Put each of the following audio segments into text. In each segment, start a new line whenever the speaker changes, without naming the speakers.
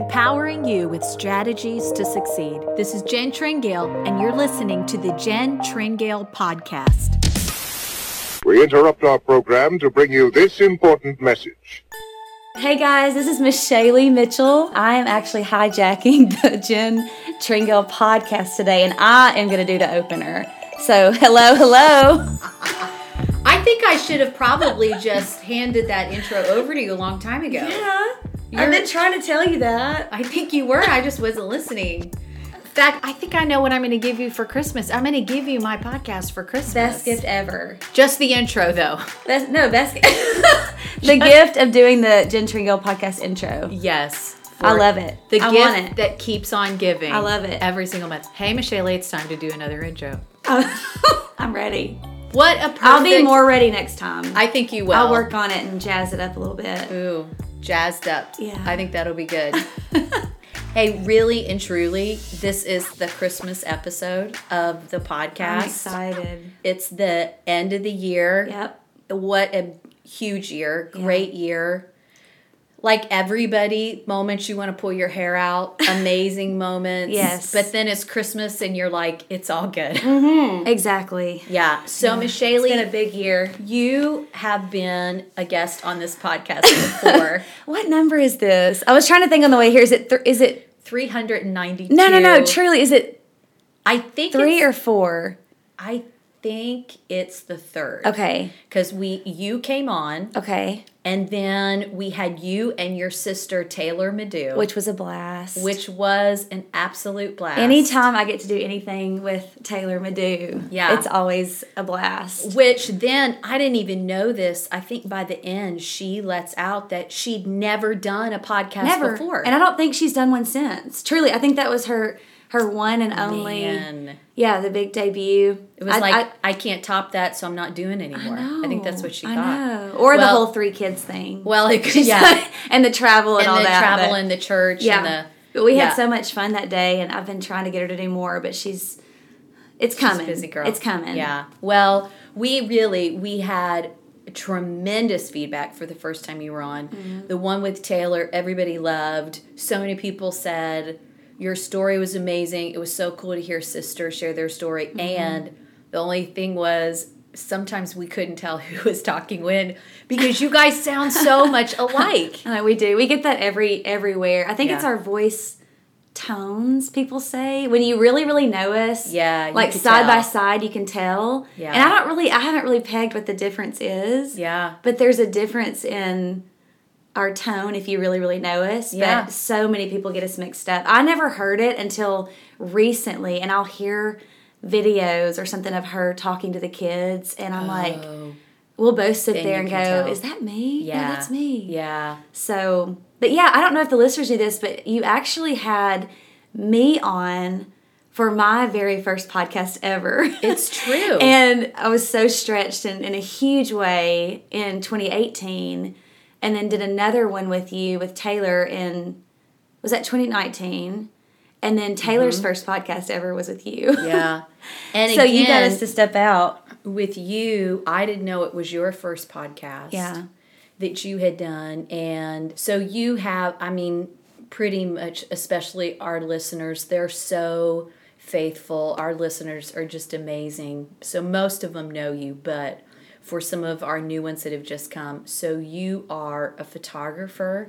empowering you with strategies to succeed. This is Jen Tringale, and you're listening to the Jen Tringale Podcast.
We interrupt our program to bring you this important message.
Hey guys, this is Miss Shaylee Mitchell. I am actually hijacking the Jen Tringale podcast today, and I am going to do the opener. So, hello, hello.
I think I should have probably just handed that intro over to you a long time ago.
Yeah, I've been trying to tell you that.
I think you were. I just wasn't listening. In fact, I think I know what I'm going to give you for Christmas. I'm going to give you my podcast for Christmas.
Best gift ever.
Just the intro, though.
Best, no, best. the gift of doing the Jen Tringale podcast intro.
Yes.
I love it.
The
I
gift
want it.
that keeps on giving.
I love it.
Every single month. Hey, Michelle, it's time to do another intro.
I'm ready.
What a perfect.
I'll be more ready next time.
I think you will.
I'll work on it and jazz it up a little bit.
Ooh, jazzed up.
Yeah.
I think that'll be good. hey, really and truly, this is the Christmas episode of the
I'm
podcast.
excited.
It's the end of the year.
Yep.
What a huge year. Great year. Like everybody, moments you want to pull your hair out, amazing moments.
Yes.
But then it's Christmas and you're like, it's all good.
Exactly.
Yeah. So, Miss
It's been
Shaley,
a big year.
you have been a guest on this podcast before.
What number is this? I was trying to think on the way here. Is it? Th- is it?
392.
No, no, no. Truly, is it
I think
three
it's,
or four?
I think it's the third.
Okay.
Because we you came on,
Okay.
and then we had you and your sister Taylor Madu,
Which was a blast.
which was an absolute blast.
Anytime I get to do anything with Taylor Madu,
Yeah.
it's always a blast.
Which then I didn't even know this. I think by the end she lets out that she'd never done a podcast
Never.
before.
And I don't think she's done one since. Truly, I think that was her her one and only.
Man.
Yeah, the big debut.
It was
I-
like
I- oh,
I, can't top that, so I'm not doing anymore. I, think that's what she
I
thought.
know. Or the
Well-
whole three kids thing.
Well, it could,
She's
yeah,
like- and the travel and,
and
all
the
that.
travel
but-
and the church
yeah.
and the
but we
yeah.
had so much fun that day, and I've been trying to get her to do more, but she's it's coming.
busy girl.
It's coming.
Yeah. Well, we really we had tremendous feedback for the first time you were on.
Mm-hmm.
The one with Taylor, everybody loved. So many people said your story was amazing. It was so cool to hear sisters share their story.
Mm-hmm.
And the only thing was sometimes we couldn't tell who was talking when because you guys sound so much alike.
I know we do. We get that every everywhere. I think it's
Yeah.
our voice tones. People say when you really really know us.
Yeah, you
like
could
side by
tell.
side, you can tell.
Yeah.
and I don't really, I haven't really pegged what the difference is.
Yeah.
but there's a difference in our tone if you really really know us
Yeah.
but so many people get us mixed up i never heard it until recently and i'll hear videos or something of her talking to the kids and i'm like we'll both sit
Oh. Then
there
you
and go
can tell.
is that me yeah that's me
Yeah.
so but yeah i don't know if the listeners knew this but you actually had me on for my very first podcast ever
It's true.
and I was so stretched in, in a huge way in 2018, and then did another one with you with Taylor in was that 2019, and then Taylor's first podcast ever was with you.
Mm-hmm. yeah. And
so you got
again-
us to step out.
with you, I didn't know it was your first podcast
Yeah.
that you had done. And so you have, I mean, pretty much, especially our listeners, they're so faithful. Our listeners are just amazing. So most of them know you, but for some of our new ones that have just come, so you are a photographer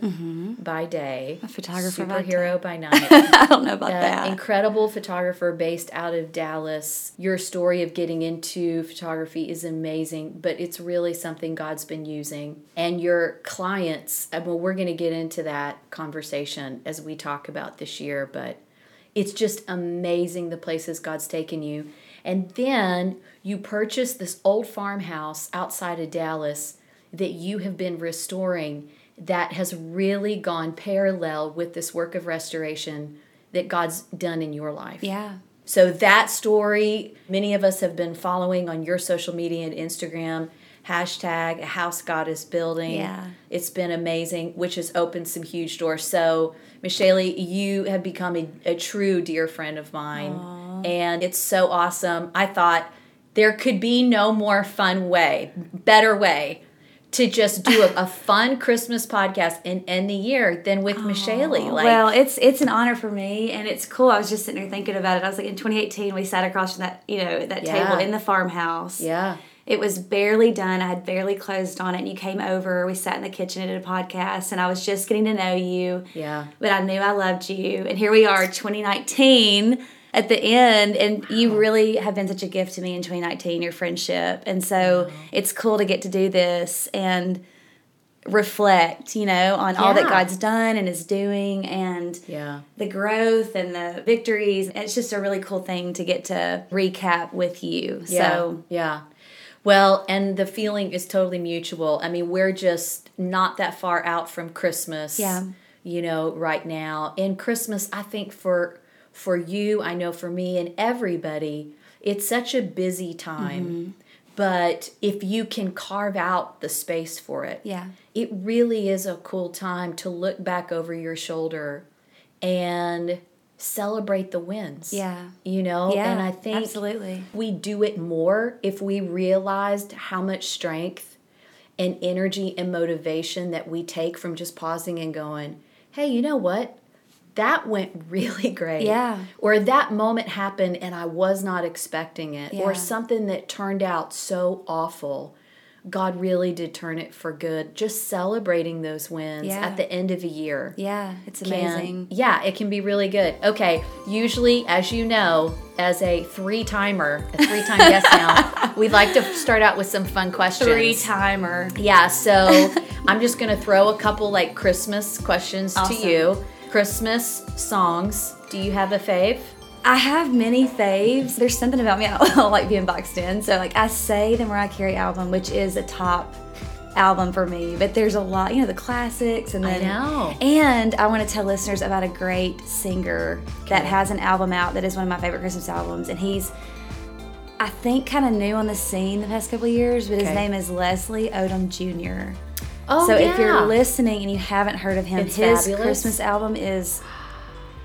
by day, a
Mm-hmm. photographer by
superhero by night.
I don't know about
Uh,
that.
incredible photographer based out of Dallas. Your story of getting into photography is amazing, but it's really something God's been using. And your clients, uh, well, we're going to get into that conversation as we talk about this year, but it's just amazing the places God's taken you. And then you purchased this old farmhouse outside of Dallas that you have been restoring that has really gone parallel with this work of restoration that God's done in your life.
yeah.
So that story, many of us have been following on your social media and Instagram. Hashtag a house God is building.
Yeah.
It's been amazing, which has opened some huge doors. So, Michelle, you have become a, a true dear friend of mine. And it's so awesome. I thought there could be no more fun way, better way to just do a, a fun Christmas podcast and end the year than with Michelle. Like,
well, it's it's an honor for me, and it's cool. I was just sitting there thinking about it. I was like, in 2018, we sat across from that you know at that
Yeah.
table in the farmhouse.
yeah.
It was barely done. I had barely closed on it, and you came over. We sat in the kitchen and did a podcast, and I was just getting to know you.
Yeah.
But I knew I loved you, and here we are, 2019 at the end, and you really have been such a gift to me in 2019. Your friendship, and so it's cool to get to do this and reflect, you know, on all that
Yeah.
God's done and is doing, and
Yeah.
the growth and the victories. It's just a really cool thing to get to recap with you. So
yeah. Well, and the feeling is totally mutual. I mean, we're just not that far out from Christmas.
Yeah.
You know, right now. And Christmas, I think for for you, I know for me and everybody, it's such a busy time.
Mm-hmm.
But if you can carve out the space for it,
Yeah.
it really is a cool time to look back over your shoulder and celebrate the wins.
Yeah.
You know,
yeah,
and I think
absolutely.
we do it more if we realized how much strength and energy and motivation that we take from just pausing and going, hey, you know what? That went really great.
Yeah.
Or that moment happened and I was not expecting it. Or
Yeah.
something that turned out so awful. God really did turn it for good. Just celebrating those wins
Yeah.
at the end of a year
Yeah, it's
can-
amazing.
yeah, it can be really good. Okay, usually, as you know, as a three timer, a three time guest now, we like to start out with some fun questions.
Three timer.
Yeah, so I'm just gonna throw a couple like Christmas questions
Awesome.
to you. Christmas songs. Do you have a fave?
I have many faves. There's something about me I don't like being boxed in. So like I say the Mariah Carey album, which is a top album for me, but there's a lot, you know, the classics and then
know.
and I want to tell listeners about a great singer that has an album out that is one of my favorite Christmas albums and he's I think kind of new on the scene the past couple of years, but his
Okay.
name is Leslie Odom Jr.
Oh,
so if you're
yeah.
listening and you haven't heard of him,
It's
his
fabulous.
Christmas album is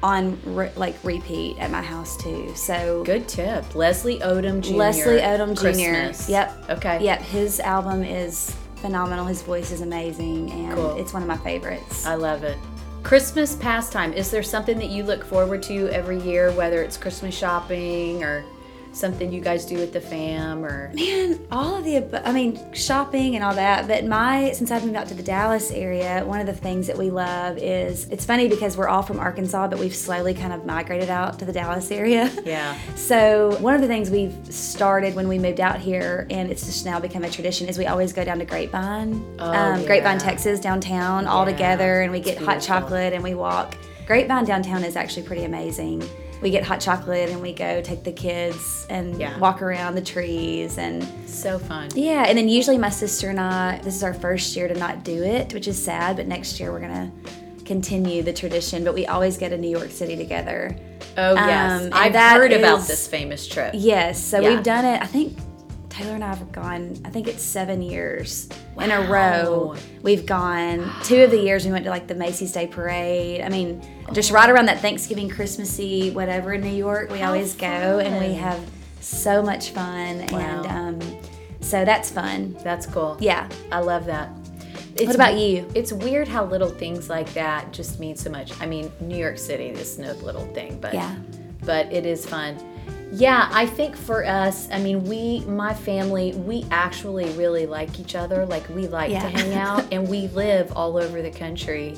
on re- like repeat at my house too. So
good tip, Leslie Odom Jr.
Leslie Odom Jr.
Christmas.
Yep.
Okay.
Yep. His album is phenomenal. His voice is amazing, and
Cool. Um,
it's one of my favorites.
I love it. Christmas pastime. Is there something that you look forward to every year, whether it's Christmas shopping or something you guys do with the fam or
Man, all of the abo- I mean, shopping and all that. But my since I've moved out to the Dallas area, one of the things that we love is it's funny because we're all from Arkansas, but we've slowly kind of migrated out to the Dallas area.
Yeah.
So one of the things we've started when we moved out here, and it's just now become a tradition, is we always go down to Grapevine,
Oh,
um, Grapevine,
yeah.
Texas, downtown, all
Yeah,
together, and we get hot
beautiful.
chocolate and we walk. Grapevine downtown is actually pretty amazing. We get hot chocolate and we go take the kids and
Yeah.
walk around the trees and
so fun.
yeah, and then usually my sister and I, this is our first year to not do it, which is sad, but next year we're gonna continue the tradition. But we always go to New York City together.
Oh yes.
Um, and
I've
that
heard about
is-
this famous trip.
Yes, so
Yeah.
we've done it. I think Taylor and I have gone. I think it's seven years in a
Wow.
row. We've gone two of the years. We went to like the Macy's Day Parade. I mean, just right around that Thanksgiving, Christmassy, whatever in New York. We always go, and we have so much fun.
Wow.
And um, so that's fun.
That's cool.
Yeah.
I love that. It's,
about you?
It's weird how little things like that just mean so much. I mean, New York City is no little thing, but
Yeah.
but it is fun. Yeah, I think for us, I mean, we, my family, we actually really like each other. Like we like
Yeah.
to hang out, and we live all over the country.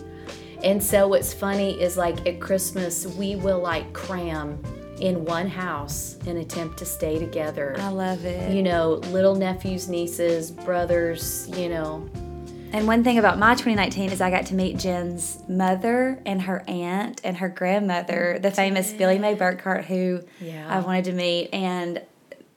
And so what's funny is like at Christmas, we will like cram in one house and attempt to stay together.
I love it.
you know, little nephews, nieces, brothers, you know.
And one thing about my 2019 is I got to meet Jen's mother and her aunt and her grandmother, the famous Billy Mae Burkhart, who
Oh, Yeah.
I wanted to meet, and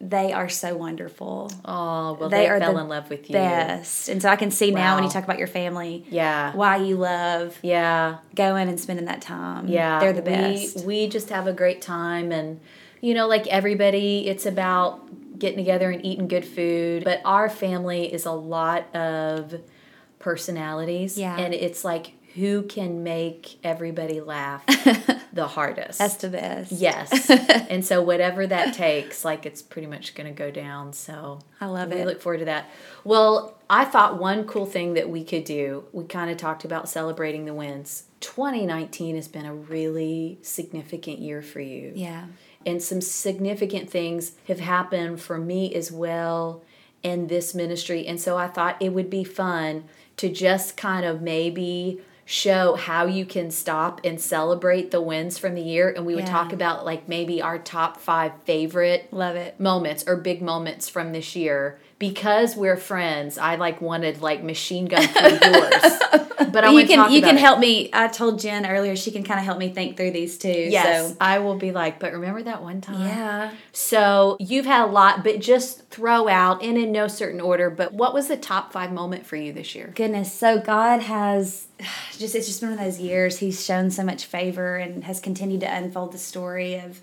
they are so wonderful.
Oh, well, they,
are
fell
the
in love with you.
Best. And so I can see now when you
Wow.
talk about your family,
Yeah.
why you love
Yeah.
going and spending that time.
Yeah.
They're the
we-
best.
We, just have a great time. And, you know, like everybody, it's about getting together and eating good food. But our family is a lot of personalities.
Yeah.
And it's like, who can make everybody laugh the hardest.
That's the best.
Yes. and so whatever that takes, like it's pretty much going to go down. So
I love
we
it.
look forward to that. Well, I thought one cool thing that we could do, we kind of talked about celebrating the wins. 2019 has been a really significant year for you.
Yeah.
And some significant things have happened for me as well in this ministry. And so I thought it would be fun to just kind of maybe show how you can stop and celebrate the wins from the year. And we would
Yeah.
talk about like maybe our top five favorite
Love it.
moments or big moments from this year because we're friends i like wanted like machine gun through yours but i
you
want to
can
talk
you
about
can
it.
help me. I told Jen earlier she can kind of help me think through these two.
yes
So
i will be like but remember that one time
yeah.
so you've had a lot but just throw out and in no certain order but what was the top five moment for you this year
Goodness. So God has just it's just one of those years he's shown so much favor and has continued to unfold the story of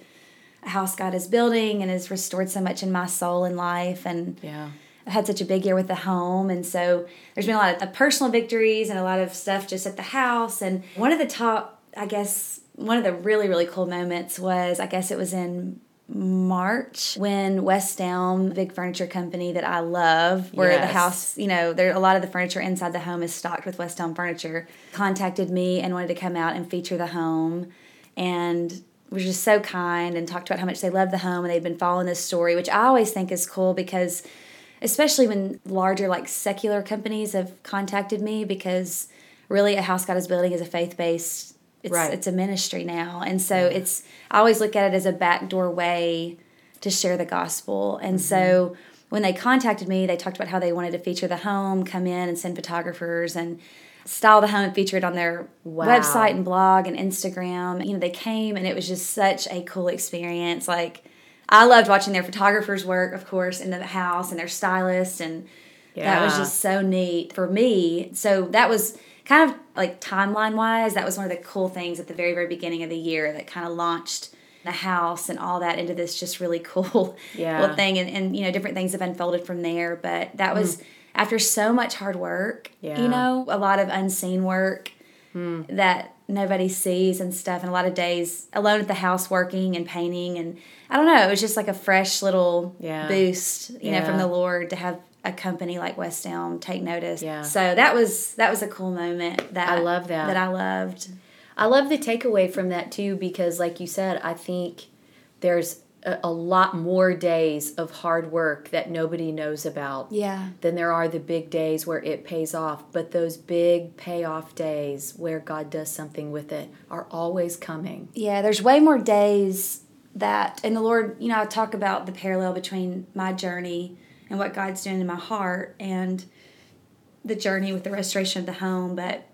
a house God is building and has restored so much in my soul and life and
yeah
I've had such a big year with the home, and so there's been a lot of, of personal victories and a lot of stuff just at the house. And one of the top, I guess, one of the really really cool moments was, I guess it was in March when West Elm, big furniture company that I love, where the
Yes.
house, you know, there a lot of the furniture inside the home is stocked with West Elm furniture, contacted me and wanted to come out and feature the home, and was just so kind and talked about how much they love the home and they've been following this story, which I always think is cool because especially when larger like secular companies have contacted me because really a house god is building is a faith-based it's,
Right.
it's a ministry now and so it's i always look at it as a backdoor way to share the gospel and
Mm-hmm.
so when they contacted me they talked about how they wanted to feature the home come in and send photographers and style the home and feature it on their
Wow.
website and blog and instagram you know they came and it was just such a cool experience like I loved watching their photographers work, of course, in the house and their stylist, and that was
Yeah.
just so neat for me. So that was kind of like timeline wise, that was one of the cool things at the very, very beginning of the year that kind of launched the house and all that into this just really cool
Yeah.
little thing. And, and you know, different things have unfolded from there, but that was after so much hard work,
Mm-hmm. Yeah. Hmm.
you know, a lot of unseen work that nobody sees and stuff and a lot of days alone at the house working and painting and i don't know it was just like a fresh little
Yeah.
boost you know from
Yeah.
the lord to have a company like west elm take notice
Yeah.
so that was that was a cool moment that
I love that.
that i loved
I love the takeaway from that too, because like you said, I think there's a, a lot more days of hard work that nobody knows about
yeah
than there are the big days where it pays off. But those big payoff days where God does something with it are always coming.
Yeah, there's way more days that, and the Lord, you know, I talk about the parallel between my journey and what God's doing in my heart and the journey with the restoration of the home, but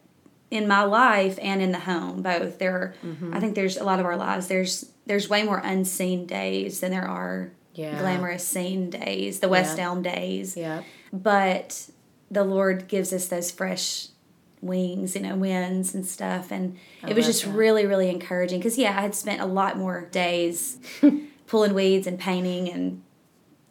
in my life and in the home, both there are,
Mm-hmm.
I think there's a lot of our lives, there's, there's way more unseen days than there are
Yeah.
glamorous seen days, the West Elm days
Yeah.
but the Lord gives us those fresh wings, you know, winds and stuff. And it was
love
just
that.
really, really encouraging because, yeah, I had spent a lot more days pulling weeds and painting and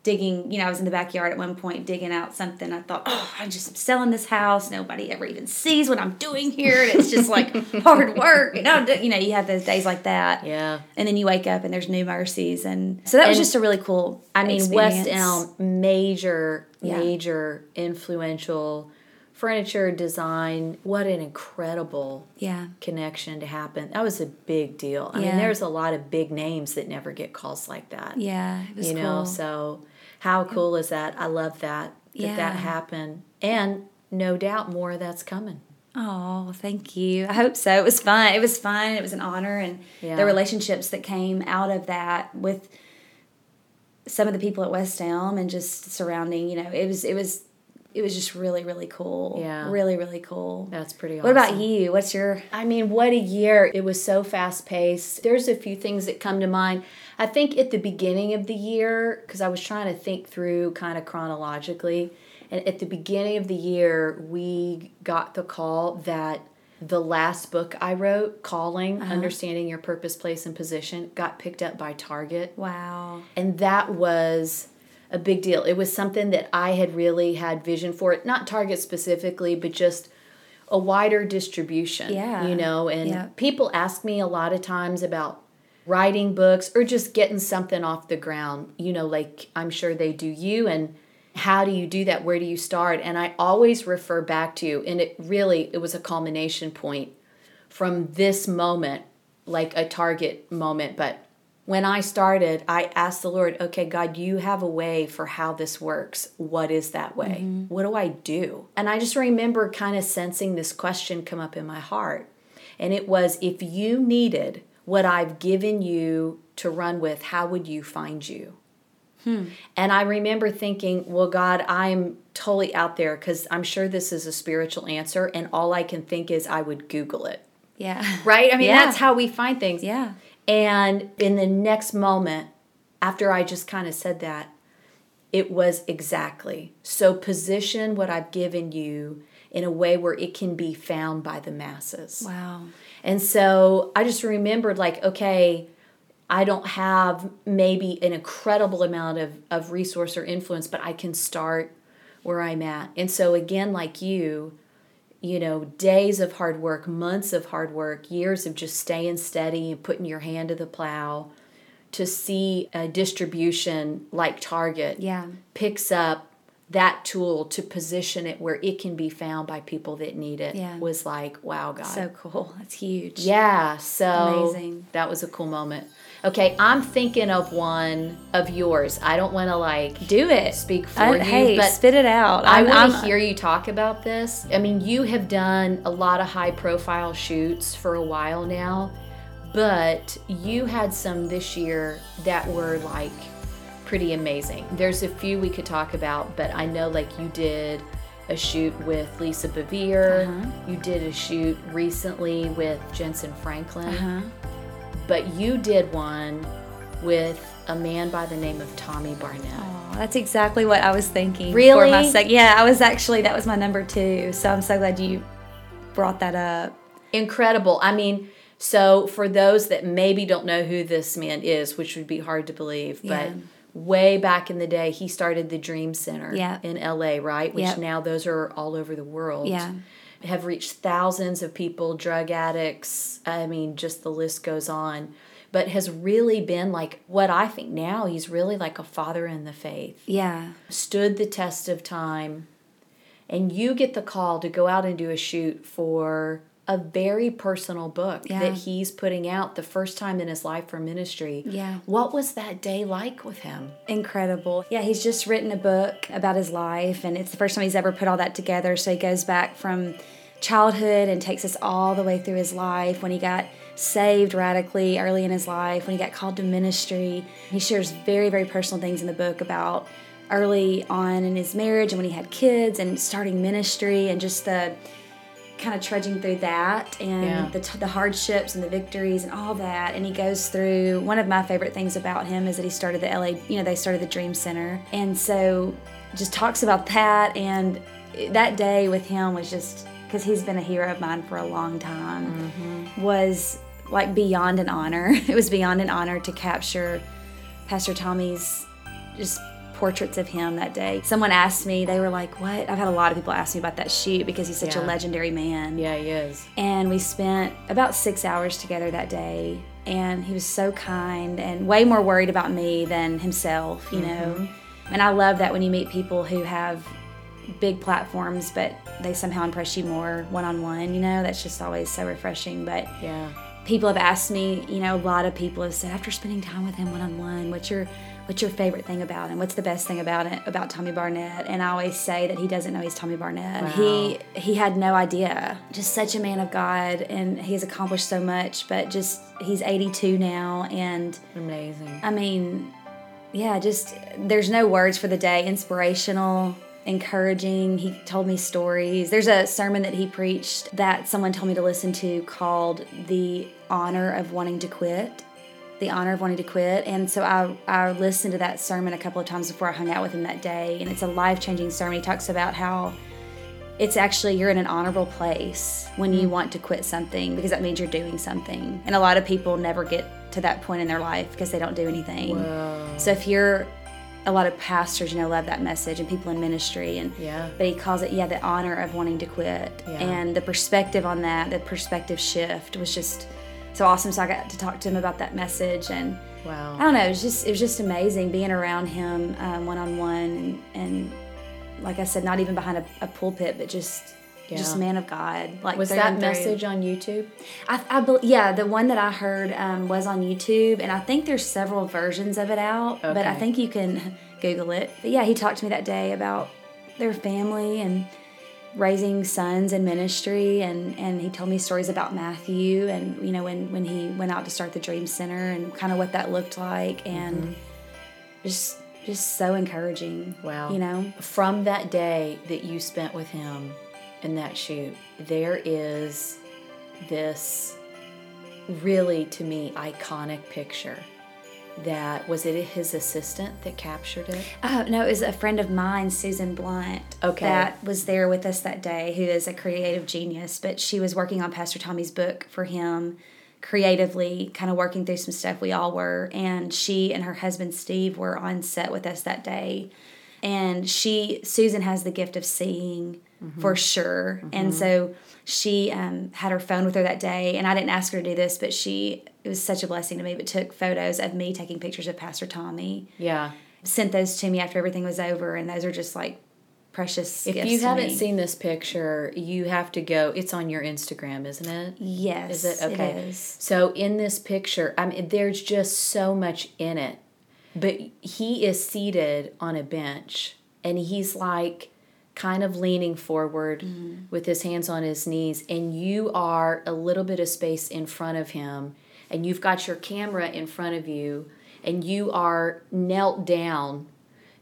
digging. You know, I was in the backyard at one point digging out something. I thought, oh, I'm just selling this house. Nobody ever even sees what I'm doing here. And it's just like hard work. And I'm, do- you know, you have those days like that.
Yeah.
And then you wake up and there's new mercies. And so that was
And-
just a really cool.
I mean, West Elm, major,
Yeah.
major influential furniture design. What an incredible
Yeah.
connection to happen. That was a big deal. I mean,
Yeah.
there's a lot of big names that never get calls like that.
Yeah. It was
you know,
cool.
so how cool is that? I love that that
Yeah.
that happened, and no doubt more of that's coming.
Oh, thank you. I hope so. It was fun. It was fun. It was an honor, and
Yeah.
the relationships that came out of that with some of the people at West Elm and just surrounding. You know, it was it was it was just really really cool.
Yeah.
really really cool.
That's pretty.
What
awesome.
about you? What's your
I mean, what a year. It was so fast paced. There's a few things that come to mind. I think at the beginning of the year, because I was trying to think through kind of chronologically, and at the beginning of the year, we got the call that the last book I wrote, Calling Understanding Your Purpose, Place, and Position, got picked up by Target
wow?
and that was a big deal it was something that i had really had vision for it not target specifically but just a wider distribution.
Yeah.
You know, and
Yeah.
people ask me a lot of times about writing books or just getting something off the ground, you know, like I'm sure they do you and how do you do that? Where do you start? And I always refer back to and it really it was a culmination point from this moment, like a target moment, but when I started, I asked the Lord, okay, God, you have a way for how this works. What is that way? What do I do? And I just remember kind of sensing this question come up in my heart. And it was, if you needed what I've given you to run with, how would you find you? And I remember thinking, well, God, I'm totally out there because I'm sure this is a spiritual answer. And all I can think is I would Google it.
Yeah.
Right? I mean,
Yeah.
that's how we find things.
Yeah.
And in the next moment, after I just kind of said that, it was exactly. So position what I've given you in a way where it can be found by the masses.
Wow.
And so I just remembered, like, okay, I don't have maybe an incredible amount of, of resource or influence, but I can start where I'm at. And so, again, like you, you know, days of hard work, months of hard work, years of just staying steady and putting your hand to the plow to see a distribution like Target
Yeah.
picks up that tool to position it where it can be found by people that need it
Yeah.
was like, wow, God.
So cool. That's huge.
Yeah, so
Amazing.
that was a cool moment. Okay, I'm thinking of one of yours. I don't want to like
Do it.
speak for
I,
you,
Uh, hey,
but
spit it out.
I
I'm-
want to
I'm-
hear you talk about this. I mean, you have done a lot of high profile shoots for a while now, but you had some this year that were like pretty amazing. There's a few we could talk about, but I know like you did a shoot with Lisa Bevere,
Uh-huh.
you did a shoot recently with Jensen Franklin,
Uh-huh.
but you did one with a man by the name of Tommy Barnett.
Aw, That's exactly what I was thinking. For
Really?
my sec- yeah, I was actually, that was my number two. So I'm so glad you brought that up.
incredible. I mean, so for those that maybe don't know who this man is, which would be hard to believe, but
Yeah.
way back in the day, he started the Dream Center
Yeah.
in LA, right? Which
Yep.
now those are all over the world.
Yeah.
Have reached thousands of people, drug addicts. I mean, just the list goes on. But has really been like what I think now he's really like a father in the faith
Yeah.
stood the test of time, and you get the call to go out and do a shoot for a very personal book
Yeah.
that he's putting out the first time in his life for ministry.
Yeah.
What was that day like with him?
Incredible. Yeah, he's just written a book about his life, and it's the first time he's ever put all that together. So he goes back from childhood and takes us all the way through his life when he got saved radically early in his life, when he got called to ministry. He shares very, very personal things in the book about early on in his marriage and when he had kids and starting ministry and just the kind of trudging through that and
Yeah.
the, t- the hardships and the victories and all that. And he goes through one of my favorite things about him is that he started the LA, you know, they started the Dream Center. And so just talks about that. And that day with him was just because he's been a hero of mine for a long time,
Mm-hmm.
was like beyond an honor. It was beyond an honor to capture Pastor Tommy's just portraits of him that day. Someone asked me, they were like, What? I've had a lot of people ask me about that shoot because he's such a
Yeah.
legendary man.
Yeah, he is.
And we spent about six hours together that day. And he was so kind and way more worried about me than himself, you know. And I love that when you meet people who have big platforms, but they somehow impress you more one on one, you know, that's just always so refreshing. But
Yeah.
people have asked me you know a lot of people have said after spending time with him one-on-one what's your what's your favorite thing about him what's the best thing about it about tommy barnett and i always say that he doesn't know he's tommy barnett he he had no idea just such a man of god and he's accomplished so much but just he's 82 now and
Amazing.
I mean, yeah, just there's no words for the day. Inspirational, encouraging. He told me stories. There's a sermon that he preached that someone told me to listen to called The Honor of Wanting to Quit. The honor of wanting to quit. And so I, I listened to that sermon a couple of times before I hung out with him that day. And it's a life changing sermon. He talks about how it's actually you're in an honorable place when you want to quit something because that means you're doing something. And a lot of people never get to that point in their life because they don't do anything. So if you're a lot of pastors, you know, love that message and people in ministry. And
Yeah.
but he calls it, yeah, the honor of wanting to quit.
Yeah.
And the perspective on that, the perspective shift was just so awesome. So I got to talk to him about that message and
Wow.
I don't know, it was just it was just amazing being around him one on one and and like I said, not even behind a, a pulpit, but just just
Yeah.
man of God. Like
Was
through
that
and through.
message on YouTube?
I, I bel yeah, the one that I heard um, was on YouTube, and I think there's several versions of it out, but I
Okay.
think you can Google it. But yeah, he talked to me that day about their family and raising sons in ministry, and, and he told me stories about Matthew, and you know when when he went out to start the Dream Center, and kind of what that looked like, and just just so encouraging.
Mm-hmm. Wow.
you know,
From that day that you spent with him in that shoot, there is this really, to me, iconic picture that was it his assistant that captured it?
Oh no, it was a friend of mine, Susan Blunt.
Okay.
That was there with us that day, who is a creative genius, but she was working on Pastor Tommy's book for him creatively, kind of working through some stuff we all were. And she and her husband Steve were on set with us that day. And she Susan has the gift of seeing for sure. And so she um, had her phone with her that day and I didn't ask her to do this, but she it was such a blessing to me, but took photos of me taking pictures of Pastor Tommy
Yeah.
sent those to me after everything was over, and those are just like precious.
If
gifts
you
to
haven't
me.
seen this picture, you have to go. It's on your Instagram, isn't it?
yes,
Is it okay?
is.
So in this picture, I mean, there's just so much in it, but he is seated on a bench and he's like kind of leaning forward
Mm-hmm.
with his hands on his knees, and you are a little bit of space in front of him, and you've got your camera in front of you, and you are knelt down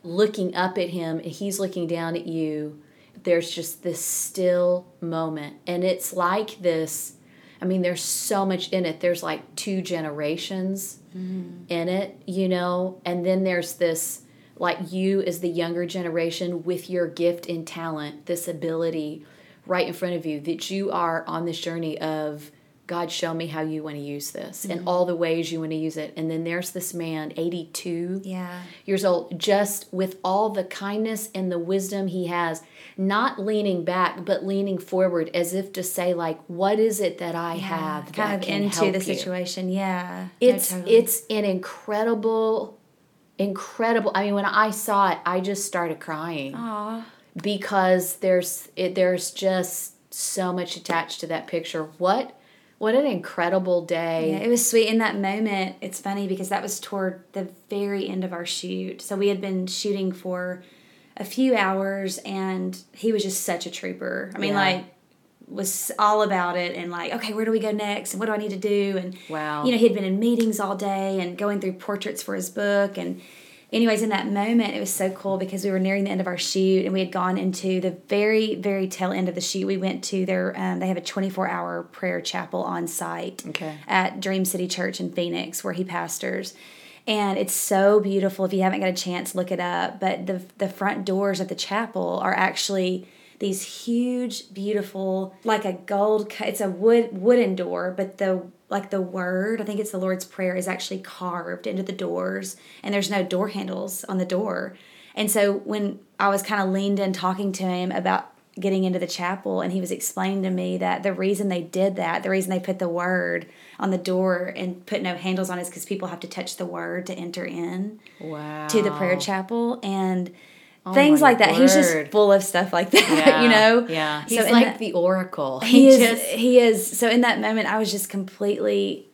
looking up at him and he's looking down at you there's just this still moment and it's like this i mean there's so much in it there's like two generations in it you know and then there's this like you as the younger generation with your gift and talent this ability right in front of you that you are on this journey of god show me how you want to use this and all the ways you want to use it and then there's this man 82
Yeah.
years old, just with all the kindness and the wisdom he has, not leaning back, but leaning forward as if to say, like, what is it that I have that
Kind of
can
into
help
the
you?
situation. Yeah, No,
It's
totally.
it's an incredible, incredible. I mean, when I saw it, I just started crying
Aw.
because there's it, there's just so much attached to that picture. What what an incredible day!
Yeah, it was sweet in that moment. It's funny because that was toward the very end of our shoot. So we had been shooting for a few hours, and he was just such a trooper. I mean,
Yeah.
like was all about it and like okay where do we go next and what do i need to do and
Wow.
you know he'd been in meetings all day and going through portraits for his book and anyways in that moment it was so cool because we were nearing the end of our shoot and we had gone into the very very tail end of the shoot we went to their um, they have a 24 hour prayer chapel on site
Okay.
at Dream City Church in Phoenix, where he pastors. And it's so beautiful. If you haven't got a chance, look it up. But the the front doors of the chapel are actually these huge, beautiful, like a gold. co- It's a wood wooden door, but the like the word, I think it's the Lord's Prayer, is actually carved into the doors, and there's no door handles on the door. And so when I was kind of leaned in talking to him about getting into the chapel and he was explaining to me that the reason they did that the reason they put the word on the door and put no handles on is because people have to touch the word to enter in
Wow. Oh
to the prayer chapel and things
my
like that he's
word.
just full of stuff like that you know
Yeah.
so
He's
in
like
that-
the oracle.
he is he is so in that moment i was just completely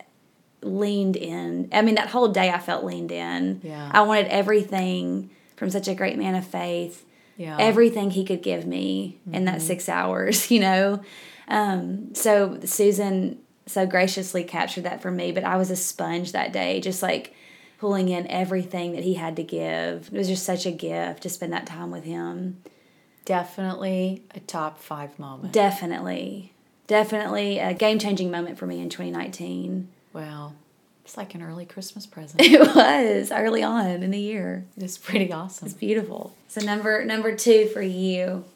leaned in i mean that whole day i felt leaned in
Yeah.
i wanted everything from such a great man of faith
yeah.
everything he could give me in that six hours, you know? Um, so Susan so graciously captured that for me, but I was a sponge that day, just like pulling in everything that he had to give. It was just such a gift to spend that time with him.
Definitely a top five moment.
Definitely, definitely a game changing moment for me in 2019.
wow. It's like an early Christmas present.
It was early on in the year.
it's pretty awesome.
It's beautiful. So number number two for you.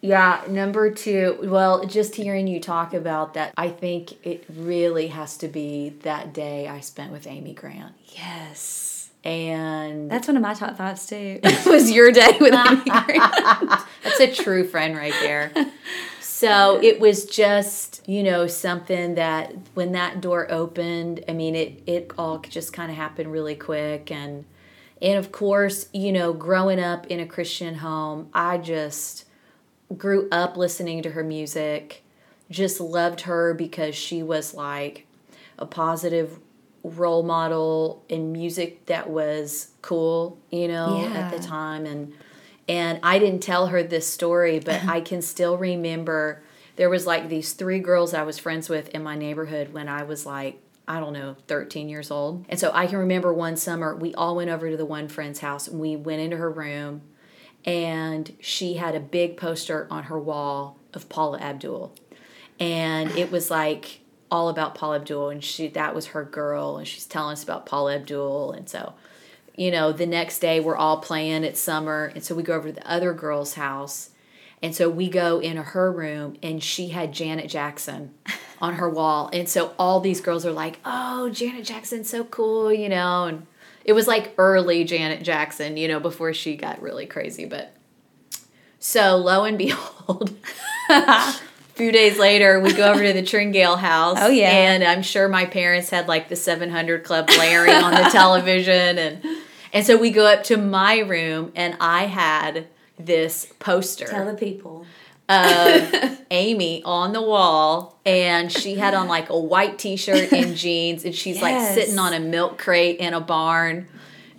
Yeah, number two. Well, just hearing you talk about that, I think it really has to be that day I spent with Amy Grant.
Yes.
And
That's one of my top fives too. was your day with Amy Grant.
that's a true friend right there. So it was just, you know, something that when that door opened, I mean, it it all just kind of happened really quick and and of course, you know, growing up in a Christian home, I just grew up listening to her music. Just loved her because she was like a positive role model in music that was cool, you know, at the
Yeah.
time and and I didn't tell her this story, but I can still remember there was like these three girls I was friends with in my neighborhood when I was like I don't know, 13 years old. And so I can remember one summer we all went over to the one friend's house and we went into her room and she had a big poster on her wall of Paula Abdul. And it was like all about Paula Abdul and she that was her girl and she's telling us about Paula Abdul and so you know, the next day we're all playing it's summer and so we go over to the other girl's house and so we go into her room and she had Janet Jackson on her wall. And so all these girls are like, "Oh, Janet Jackson's so cool," you know, and it was like early Janet Jackson, you know, before she got really crazy, but so lo and behold, a few days later, we go over to the Tringale house.
Oh, yeah.
and I'm sure my parents had like the 700 Club blaring on the television, and and so we go up to my room, and I had this poster
Tell the people.
of Amy on the wall, and she had on like a white t-shirt and jeans, and she's
Yes.
like sitting on a milk crate in a barn,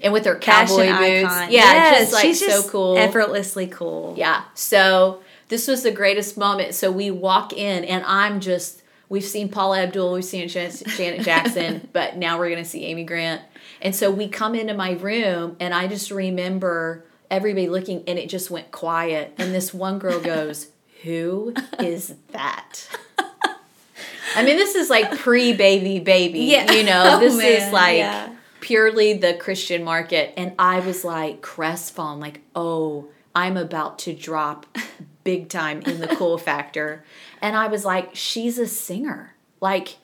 and with her
Fashion
cowboy boots.
icon.
Yeah, just like so cool.
Effortlessly cool.
Yeah. So this was the greatest moment. So we walk in, and I'm just, we've seen Paula Abdul, we've seen Jan- Janet Jackson, but now we're going to see Amy Grant. And so we come into my room, and I just remember everybody looking, and it just went quiet. And this one girl goes, Who is that? I mean, this is like pre baby baby.
Yeah.
You know,
Oh,
this
man.
is like
Yeah.
purely the Christian market. And I was like crestfallen, like, oh, I'm about to drop big time in the cool factor. And I was like, she's a singer. Like,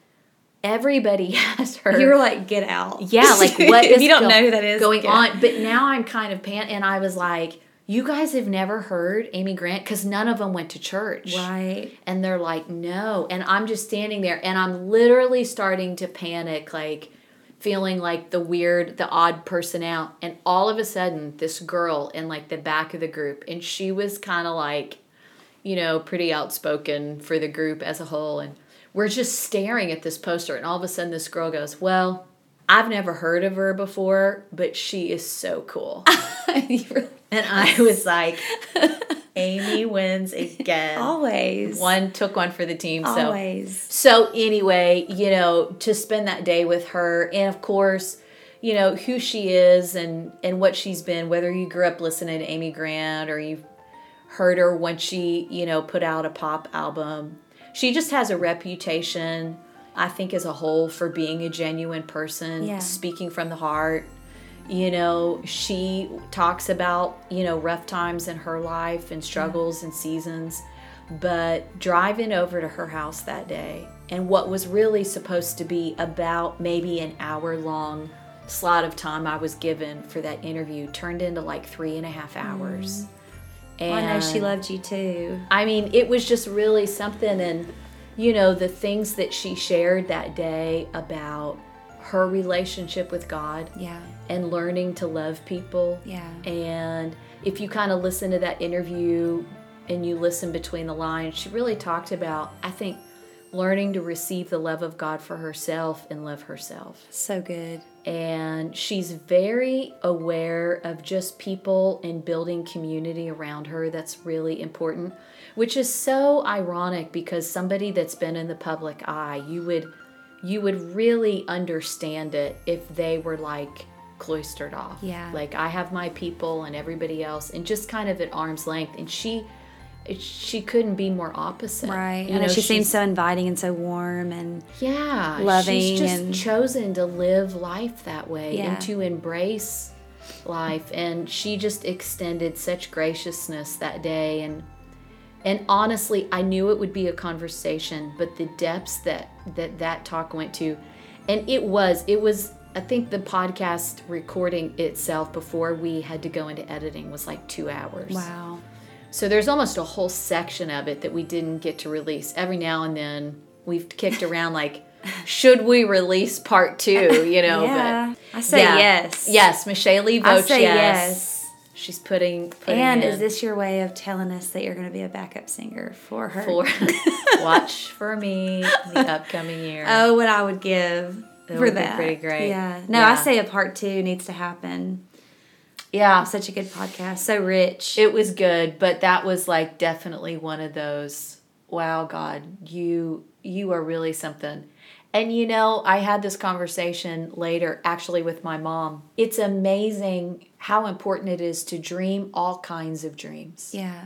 everybody has her.
You were like, get out.
yeah, like, what
if
is
you don't
go-
know who that is
going
get out.
on? But now I'm kind of pan. And I was like, you guys have never heard Amy Grant because none of them went to church.
Right.
And they're like, no. And I'm just standing there and I'm literally starting to panic, like feeling like the weird, the odd person out. And all of a sudden, this girl in like the back of the group, and she was kind of like, you know, pretty outspoken for the group as a whole. And we're just staring at this poster. And all of a sudden, this girl goes, well, I've never heard of her before, but she is so cool.
You were-
and I was like, Amy wins again
Oh Always.
one took one for the team. So
Always.
so anyway, you know, to spend that day with her and of course, you know, who she is and and what she's been, whether you grew up listening to Amy Grant or you've heard her when she, you know, put out a pop album. She just has a reputation, I think as a whole for being a genuine person,
Yeah.
speaking from the heart you know she talks about you know rough times in her life and struggles and seasons but driving over to her house that day and what was really supposed to be about maybe an hour long slot of time i was given for that interview turned into like three and a half hours and
Mm. Oh, I know she loved you too.
I mean, it was just really something. And, you know, the things that she shared that day about her relationship with God
Yeah.
and learning to love people.
Yeah.
And if you kind of listen to that interview and you listen between the lines, she really talked about, I think, learning to receive the love of God for herself and love herself
So good.
and she's very aware of just people and building community around her that's really important which is so ironic because somebody that's been in the public eye you would you would really understand it if they were like cloistered off
Yeah.
like i have my people and everybody else and just kind of at arm's length and she she couldn't be more opposite
Right.
You
I know she
she's-
seems so inviting and so warm and
yeah
loving
she's just
and-
chosen to live life that way
Yeah.
and to embrace life and she just extended such graciousness that day and and honestly i knew it would be a conversation but the depths that that that talk went to and it was it was I think the podcast recording itself before we had to go into editing was like two hours.
Wow.
So there's almost a whole section of it that we didn't get to release. Every now and then we've kicked around like, should we release part two? You know,
yeah.
but
I say
yeah.
yes.
Yes, Michelle Lee
I
votes
say
yes.
yes.
She's putting, putting
And
in
is this your way of telling us that you're going to be a backup singer for her?
for watch for me in the upcoming year.
oh, what I would give for
would be
that.
pretty great.
Yeah. No, I
Yeah.
say a part two needs to happen.
yeah.
Such a good podcast. So rich.
It was good, but that was like definitely one of those wow god, you you are really something. And you know, I had this conversation later actually with my mom. It's amazing how important it is to dream all kinds of dreams.
yeah.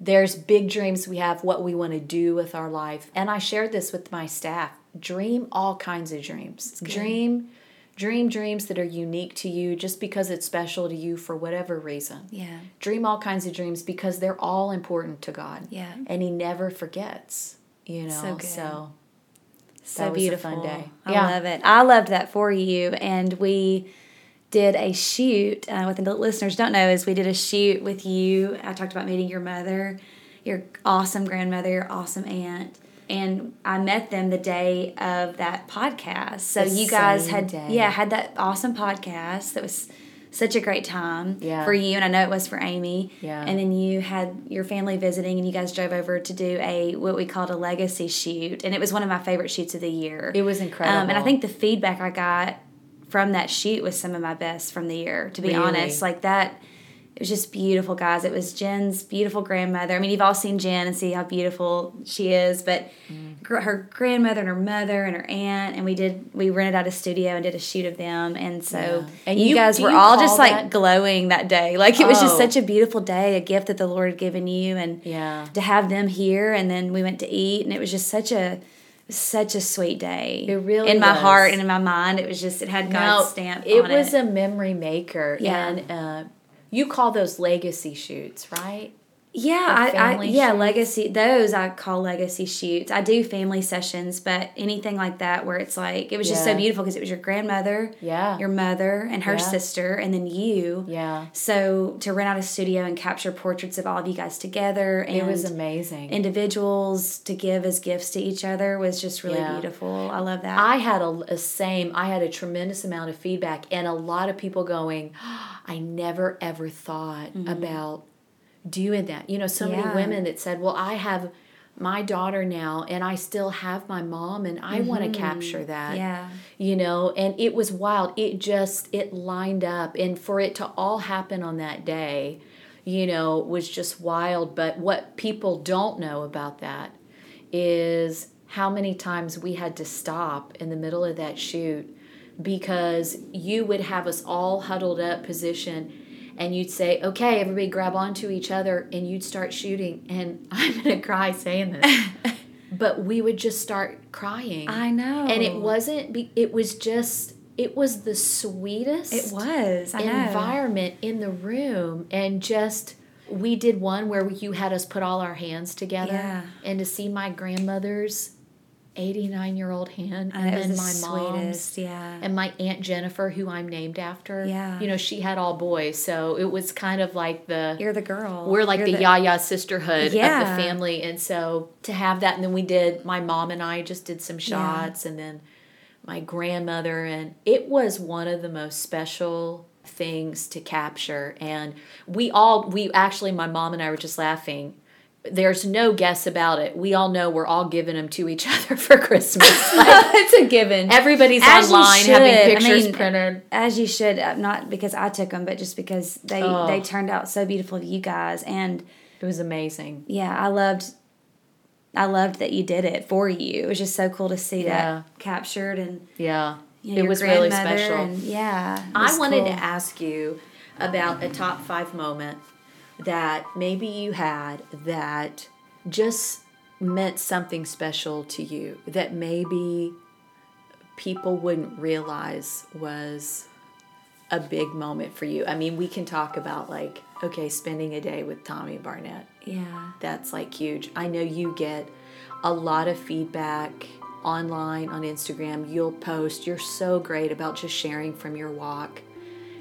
There's big dreams we have what we want to do with our life. And I shared this with my staff. Dream all kinds of dreams. Dream dream dreams that are unique to you just because it's special to you for whatever reason
Yeah.
dream all kinds of dreams because they're all important to God.
Yeah.
And he never forgets, you know. So,
good.
That
so
was a
beautiful.
fun day.
I
Yeah.
love it. I loved that for you. And we did a shoot. Uh, what the listeners don't know is we did a shoot with you. I talked about meeting your mother, your awesome grandmother, your awesome aunt. And I met them the day of that podcast. So
The
you guys
same
had
day.
yeah had that awesome podcast that was such a great time
Yeah.
for you, and I know it was for Amy.
Yeah.
And then you had your family visiting, and you guys drove over to do a what we called a legacy shoot, and it was one of my favorite shoots of the year.
It was incredible.
Um, and I think the feedback I got from that shoot was some of my best from the year, to be
Really?
honest. Like that, it was just beautiful, guys. It was Jen's beautiful grandmother. I mean, you've all seen Jen and see how beautiful she is, but
Mm.
gr- her grandmother and her mother and her aunt, and we did, we rented out a studio and did a shoot of them. And so,
And
and you,
you-
guys
do
were
you
all
call
just like
that-
glowing that day. Like it was just
Oh.
such a beautiful day, a gift that the Lord had given you. And
Yeah.
to have them here and then we went to eat and it was just such a such a sweet day.
It really
in my
was.
heart and in my mind it was just it had God's
Now,
stamp
it
on
was
it.
a memory maker.
Yeah.
And uh, you call those legacy shoots, right?
yeah, I, I
family
yeah,
shoots.
legacy those I call legacy shoots. I do family sessions, but anything like that where it's like it was just so
Yeah.
beautiful because it was your grandmother,
Yeah.
your mother and her
Yeah.
sister and then you.
yeah.
So to rent out a studio and capture portraits of all of you guys together and
It was amazing.
individuals to give as gifts to each other was just really
Yeah.
beautiful. I love that.
I had a, a same. I had a tremendous amount of feedback, and a lot of people going, "Ah, "I never ever thought about doing that." You know, so
Mm-hmm. Yeah.
many women that said, "Well, I have my daughter now, and I still have my mom, and I want to capture that."
Mm, Yeah.
you know, and it was wild. It just it lined up, and for it to all happen on that day, you know, was just wild. But what people don't know about that is how many times we had to stop in the middle of that shoot because you would have us all huddled up position and you'd say okay everybody grab onto each other and you'd start shooting and i'm gonna cry saying this but we would just start crying
I know.
and it wasn't be, it was just it was the sweetest
It was. I know.
environment in the room and just we did one where you had us put all our hands together
Yeah.
and to see my grandmother's 89 year old hand
Uh,
and
it
then my
was the
mom's
sweetest, yeah.
and my aunt jennifer who i'm named after
Yeah.
you know she had all boys so it was kind of like the
You're the girl.
we're like
You're
the, yaya sisterhood
Yeah.
of the family and so to have that and then we did my mom and i just did some shots and then my grandmother and it was one of the most special things to capture and we all we actually my mom and i were just laughing there's no guess about it we all know we're all giving them to each other for christmas Like,
it's a given.
everybody's
As you
online having
should. I
pictures
mean,
printed
as you should, uh, not because I took them, but just because they
Oh.
they turned out so beautiful of you guys. And
it was amazing
yeah, I loved I loved that you did it for you. It was just so cool to see
Yeah.
that captured and
yeah
you know,
it
your
was really
grandmother
special
And yeah. it
I
was
wanted
cool.
to ask you about a top five moment that maybe you had that just meant something special to you that maybe people wouldn't realize was a big moment for you. I mean, we can talk about like, okay, spending a day with Tommy Barnett
Yeah.
that's like huge. I know you get a lot of feedback
online, on Instagram, you'll post. You're so great about just sharing from your walk.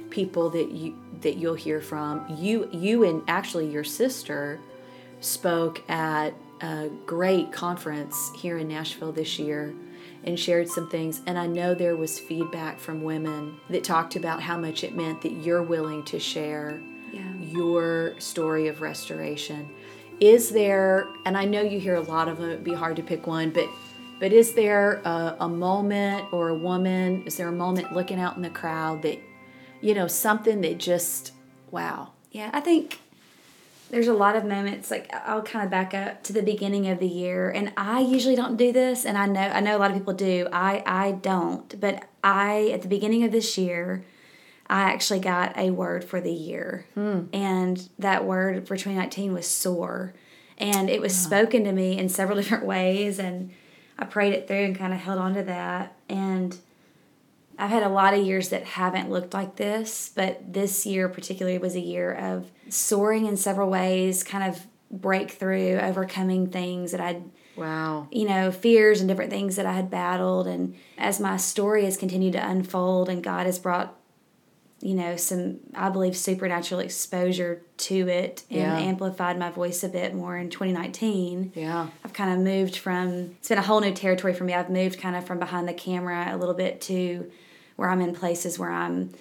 People that you that you'll hear from. You you and actually your sister spoke at a great conference here in Nashville this year and shared some things and I know there was feedback from women that talked about how much it meant that you're willing to share
Yeah.
your story of restoration is there and i know you hear a lot of them it'd be hard to pick one but but is there a, a moment or a woman is there a moment looking out in the crowd that you know something that just wow
Yeah, I think there's a lot of moments like I'll kind of back up to the beginning of the year and I usually don't do this and I know I know a lot of people do. I I don't, but I at the beginning of this year I actually got a word for the year. And that word for 2019 was sore. And it was spoken to me in several different ways and I prayed it through and kind of held on to that and I've had a lot of years that haven't looked like this, but this year particularly was a year of soaring in several ways, kind of breakthrough, overcoming things that I'd,
Wow.
you know, fears and different things that I had battled. And as my story has continued to unfold and God has brought, you know, some, I believe, supernatural exposure to it and
Yeah.
amplified my voice a bit more in 2019.
Yeah.
I've kind of moved from it's been a whole new territory for me. I've moved kind of from behind the camera a little bit to where I'm in places where I'm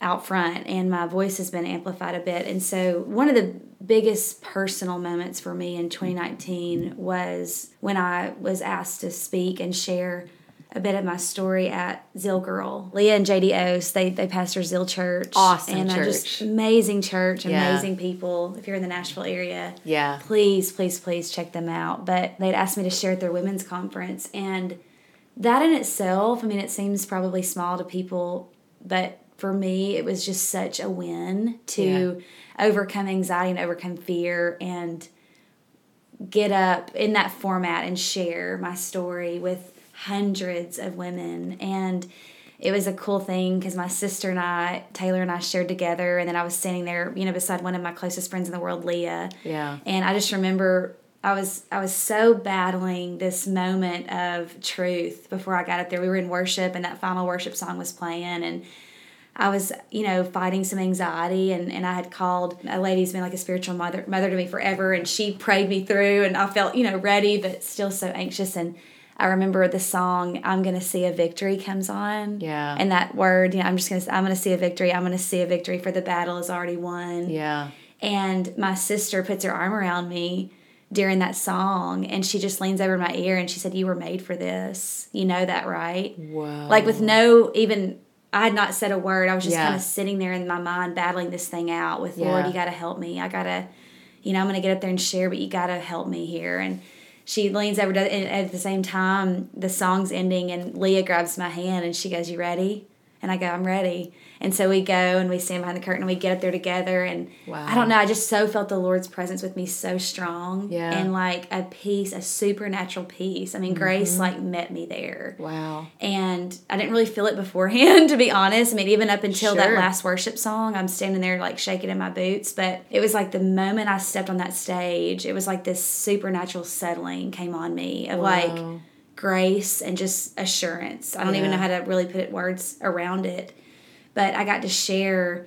out front and my voice has been amplified a bit. And so one of the biggest personal moments for me in 2019 was when I was asked to speak and share a bit of my story at Zill Girl. Leah and JD O's, they they pastor Zill Church.
Awesome
and I just
church.
amazing church,
Yeah.
amazing people. If you're in the Nashville area,
Yeah.
please, please, please check them out. But they'd asked me to share at their women's conference, and that in itself, I mean, it seems probably small to people, but for me, it was just such a win to overcome anxiety and overcome fear and get up in that format and share my story with hundreds of women and it was a cool thing because my sister and I, Taylor and I, shared together, and then I was standing there, you know, beside one of my closest friends in the world, Leah.
Yeah.
And I just remember I was I was so battling this moment of truth before I got up there. We were in worship, and that final worship song was playing, and I was, you know, fighting some anxiety, and, and I had called a lady who's been like a spiritual mother mother to me forever, and she prayed me through, and I felt, you know, ready, but still so anxious. And I remember the song "I'm Gonna See a Victory" comes on,
Yeah.
and that word, you know, I'm just gonna, I'm gonna see a victory, I'm gonna see a victory, for the battle is already won,
Yeah.
and my sister puts her arm around me during that song and she just leans over my ear and she said you were made for this you know that right
Wow.
like with no even i had not said a word i was just
Yeah.
kind of sitting there in my mind battling this thing out with lord
Yeah.
you gotta help me i gotta you know i'm gonna get up there and share but you gotta help me here and she leans over to and at the same time the song's ending and leah grabs my hand and she goes you ready and i go i'm ready and so we go and we stand behind the curtain and we get up there together and i
Wow.
don't know i just so felt the lord's presence with me so strong
Yeah.
and like a peace a supernatural peace i mean
Mm-hmm.
grace like met me there
Wow.
and I didn't really feel it beforehand, to be honest. I mean, even up until that
Sure.
last worship song, I'm standing there like shaking in my boots. But it was like the moment I stepped on that stage, it was like this supernatural settling came on me of like grace and just assurance. I don't even
Yeah.
know how to really put words around it. But I got to share,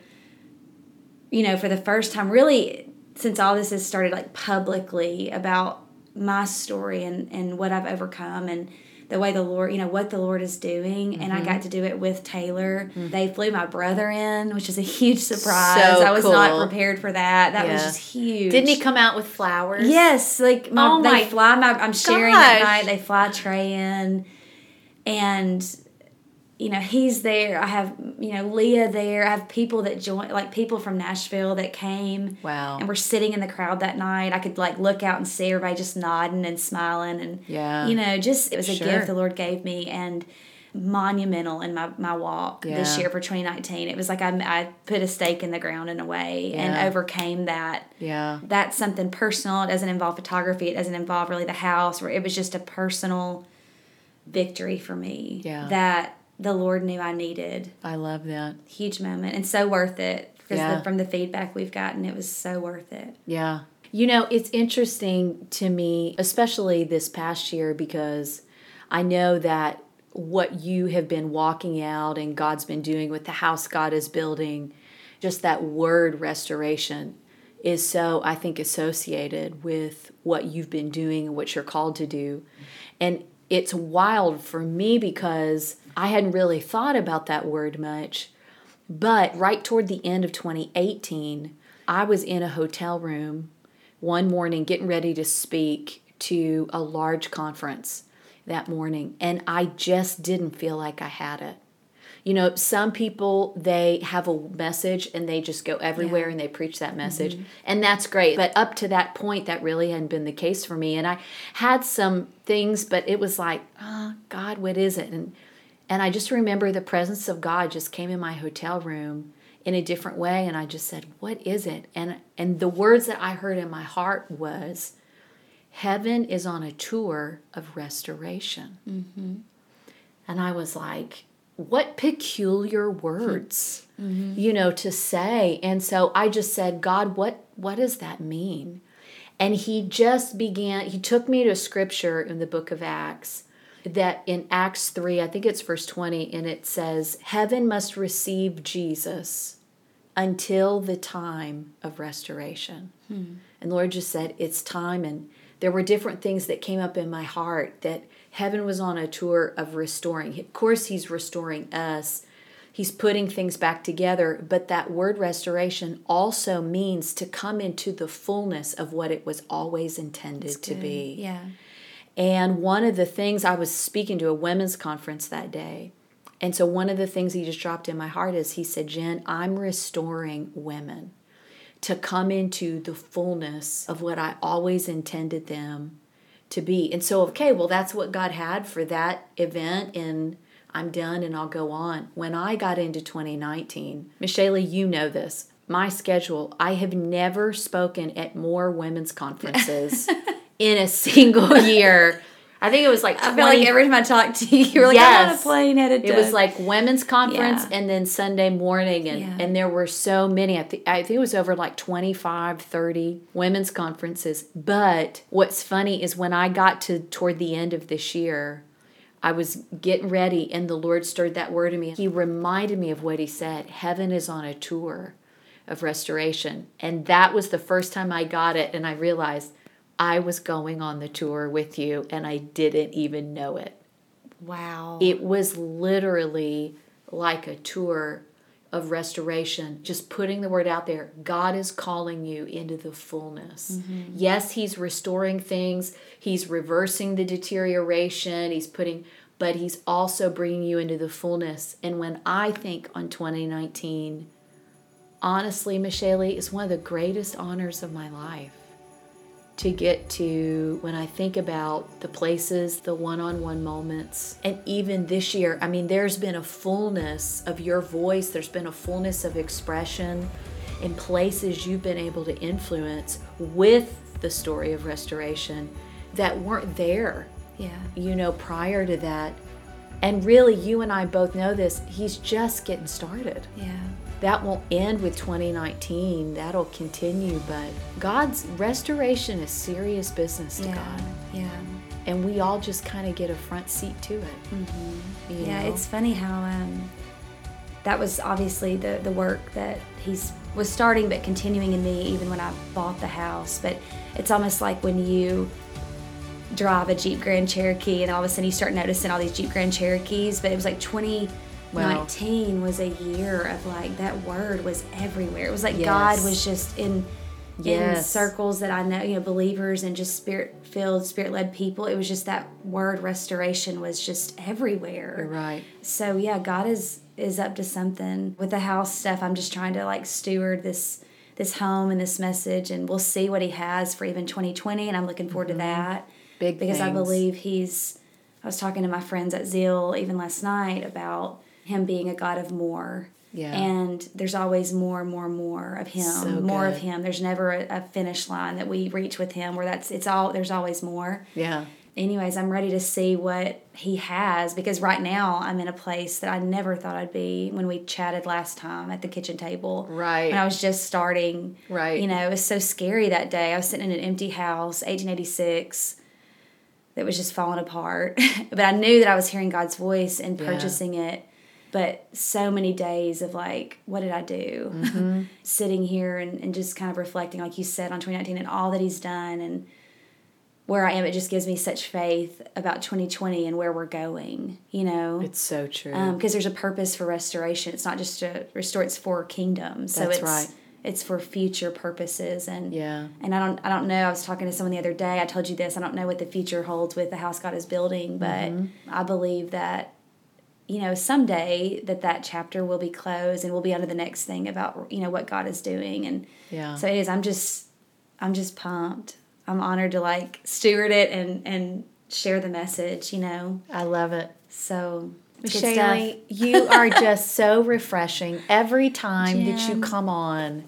you know, for the first time, really since all this has started, like publicly about my story and, and what I've overcome and the way the Lord, you know, what the Lord is doing. And
Mm-hmm.
I got to do it with Taylor. They flew my brother in, which is a huge surprise.
So
I was not
cool.
prepared for that. That was
Yeah.
just huge.
Didn't he come out with flowers?
Yes, like my,
Oh
they
my
fly my. I'm sharing that
gosh.
night. They fly Trey in, and you know he's there. I have you know Leah there. I have people that join, like people from Nashville that came.
Wow.
And we're sitting in the crowd that night. I could like look out and see everybody just nodding and smiling and
Yeah.
you know just it was a
Sure.
gift the Lord gave me and monumental in my, my walk this
Yeah.
year for 2019 it was like I, I put a stake in the ground in a way and
Yeah.
overcame that
Yeah.
that's something personal. It doesn't involve photography. It doesn't involve really the house. Or it was just a personal victory for me
Yeah.
that the Lord knew I needed.
I love that.
Huge moment and so worth it because
Yeah.
the, from the feedback we've gotten, it was so worth it.
Yeah. You know, it's interesting to me, especially this past year, because I know that what you have been walking out and God's been doing with the house God is building, just that word restoration is so, I think, associated with what you've been doing and what you're called to do. And it's wild for me because I hadn't really thought about that word much. But right toward the end of 2018, I was in a hotel room one morning getting ready to speak to a large conference that morning, and I just didn't feel like I had it. You know, some people they have a message and they just go everywhere and they preach that message, and that's great. But up to that point, that really hadn't been the case for me. And I had some things, but it was like, oh, God, what is it? And and I just remember the presence of God just came in my hotel room in a different way and I just said, "What is it?" And and the words that I heard in my heart was, "Heaven is on a tour of restoration." And I was like, "What peculiar words." You know, to say. And so I just said, "God, what what does that mean?" And he just began, he took me to scripture in the book of Acts that in Acts 3, I think it's verse 20, and it says, Heaven must receive Jesus until the time of restoration. And the Lord just said, It's time. And there were different things that came up in my heart that heaven was on a tour of restoring. Of course, He's restoring us. He's putting things back together, but that word restoration also means to come into the fullness of what it was always intended to be.
Yeah.
And one of the things I was speaking to a women's conference that day. And so one of the things he just dropped in my heart is he said, Jen, I'm restoring women to come into the fullness of what I always intended them to be. And so, okay, well, that's what God had for that event, and I'm done and I'll go on. When I got into 2019, Michelle, you know this. My schedule, I have never spoken at more women's conferences in a single year. I think it was like 20,
I feel like every time I talk to you, you're like, I'm on a
Yes.
plane headed
it
to-
was like women's conference
Yeah.
and then sunday morning and,
Yeah.
and there were so many I, th- I think it was over like 25 30 women's conferences but what's funny is when i got to toward the end of this year i was getting ready and the lord stirred that word in me he reminded me of what he said heaven is on a tour of restoration and that was the first time i got it and i realized i was going on the tour with you and i didn't even know it
wow.
it was literally like a tour of restoration, just putting the word out there. God is calling you into the fullness. Yes, He's restoring things, He's reversing the deterioration, He's putting, but He's also bringing you into the fullness. And when I think on 2019, honestly, Michelle, it's one of the greatest honors of my life to get to when I think about the places, the one on one moments. And even this year, I mean, there's been a fullness of your voice, there's been a fullness of expression in places you've been able to influence with the story of restoration that weren't there,
yeah.
you know, prior to that. And really, you and I both know this, he's just getting started
Yeah.
that won't end with 2019 that'll continue but god's restoration is serious business to
Yeah.
god
Yeah.
and we all just kind of get a front seat to it you
Mm-hmm. Yeah,
know?
it's funny how um, that was obviously the the work that he's was starting, but continuing in me even when I bought the house. But it's almost like when you drive a Jeep Grand Cherokee, and all of a sudden you start noticing all these Jeep Grand Cherokees. But it was like 2019 was a year of like that word was everywhere. It was like God
Yes.
was just in. In
Yes.
circles that I know, you know, believers and just spirit filled, spirit led people, it was just that word restoration was just everywhere.
You're right
So yeah, God is is up to something with the house stuff. I'm just trying to like steward this this home and this message, and we'll see what He has for even 2020. And I'm looking forward to that
Mm-hmm. Big
because I
things.
believe He's. I was talking to my friends at Zeal even last night about Him being a God of more.
Yeah.
And there's always more, more, more of Him,
So
more of
good.
Him. There's never a, a finish line that we reach with Him where that's it's all. There's always more
yeah
anyways, I'm ready to see what he has because right now I'm in a place that I never thought I'd be when we chatted last time at the kitchen table.
Right.
When I was just starting.
Right.
You know, it was so scary that day. I was sitting in an empty house, 1886. There that was just falling apart. but I knew that I was hearing God's voice and purchasing it. But so many days of like, what did I do?
Mm-hmm.
Sitting here and, and just kind of reflecting, like you said, on 2019 and all that He's done and where I am. It just gives me such faith about 2020 and where we're going, you know?
It's so true.
because there's a purpose for restoration. It's not just to restore; it's for kingdoms. So
That's
it's
right.
it's for future purposes and
Yeah.
And I don't I don't know. I was talking to someone the other day. I told you this. I don't know what the future holds with the house God is building, but
Mm-hmm.
I believe that you know someday that that chapter will be closed and we'll be under the next thing about you know what God is doing and
Yeah.
so it is. I'm just I'm just pumped. I'm honored to like steward it and and share the message. You know,
I love it.
so good stuff.
Shaley, you are just so refreshing every time that you
Jen.
come on.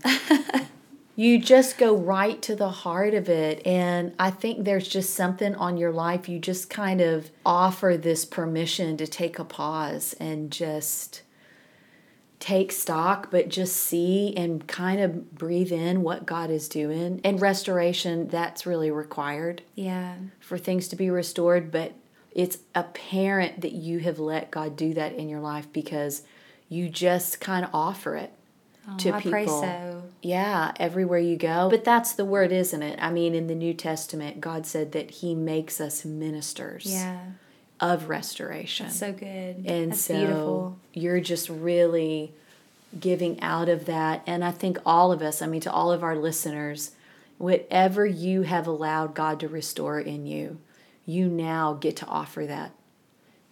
you just go right to the heart of it. And I think there's just something on your life. You just kind of offer this permission to take a pause and just take stock, but just see and kind of breathe in what God is doing. And restoration, that's really required
Yeah.
for things to be restored, but it's apparent that you have let God do that in your life because you just kind of offer it to
Oh, I
people.
pray so.
Yeah, everywhere you go. But that's the word, isn't it? I mean, in the New Testament, God said that He makes us ministers
Yeah.
of restoration.
So good.
and
Mm-hmm. That's
so
beautiful.
you're just really giving out of that. And I think all of us, I mean, to all of our listeners, whatever you have allowed God to restore in you, you now get to offer that,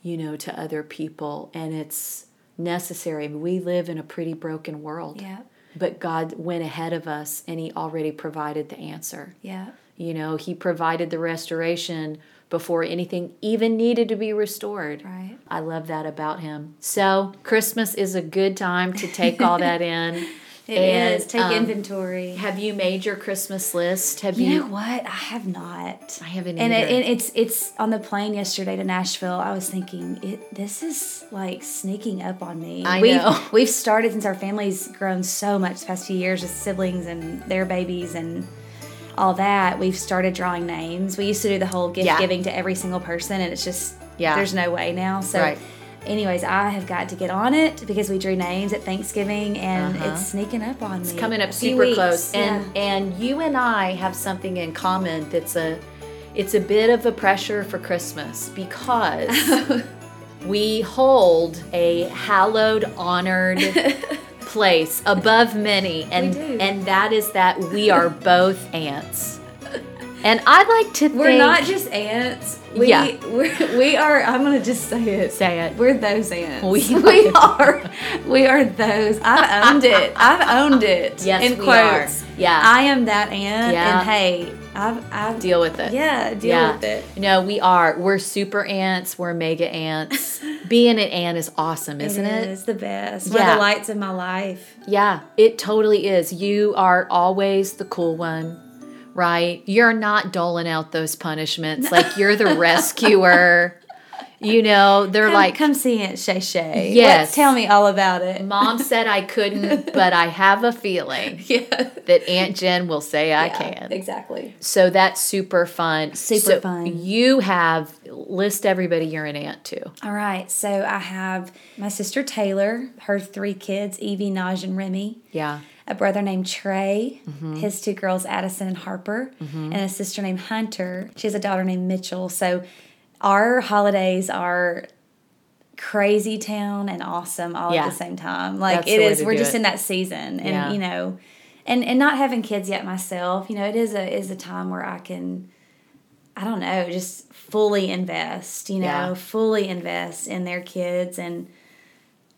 you know, to other people. And it's necessary. We live in a pretty broken world.
Yeah.
But God went ahead of us and He already provided the answer.
Yeah.
You know, He provided the restoration before anything even needed to be restored.
Right.
I love that about him. So, Christmas is a good time to take all that in.
It is.
And,
Take
um,
inventory.
Have you made your Christmas list? Have
You
you?
know what? I have not.
I haven't
And, it,
either.
and it's it's on the plane yesterday to Nashville. I was thinking it, this is like sneaking up on me.
I
we've,
know.
We've started since our family's grown so much the past few years with siblings and their babies and all that. We've started drawing names. We used to do the whole gift
Yeah.
giving to every single person, and it's just
Yeah.
there's no way now. So.
Right.
Anyways, I have got to get on it because we drew names at Thanksgiving and it's sneaking up on me. It's
Uh-huh. coming up super close and and you and i have something in common that's a it's a bit of a pressure for christmas because we hold a hallowed honored place above many and
do.
and that is that we are both ants and i like to
We're
think-
not just ants. We,
Yeah.
We're, we are, I'm going to just say it.
Say it.
We're those ants.
We
we are. We are those. I've owned it. I've owned it.
Yes,
in
we
quotes.
are. Yeah.
I am that ant.
Yeah.
And hey, I've, I've,
deal with it
yeah, deal
Yeah.
with it.
No, we are. We're super ants. We're mega ants. Being an ant is awesome, isn't it?
It is the best. One of
Yeah.
the lights of my life.
Yeah, it totally is. You are always the cool one, right? You're not doling out those punishments. Like you're the rescuer. You know, they're
Come,
like,
come see Aunt Shay Shay.
Yes.
Let's- tell me all about it.
Mom said I couldn't, but I have a feeling
yeah.
that Aunt Jen will say I
Yeah,
can.
Exactly.
So that's super fun.
Super
So
fun.
You have list everybody you're an aunt to.
All right, so I have my sister Taylor, her three kids, Evie, Naj, and Remy.
Yeah.
A brother named Trey,
Mm-hmm.
his two girls, Addison and Harper, and a sister named Hunter. She has a daughter named Mitchell. So our holidays are crazy town and awesome all
Yeah.
at the same time. Like
That's
it
the way
is,
to
we're
do
just
it.
in that season, and
Yeah.
you know, and and not having kids yet myself, you know, it is a is a time where I can. I don't know, just fully invest, you know,
Yeah.
fully invest in their kids and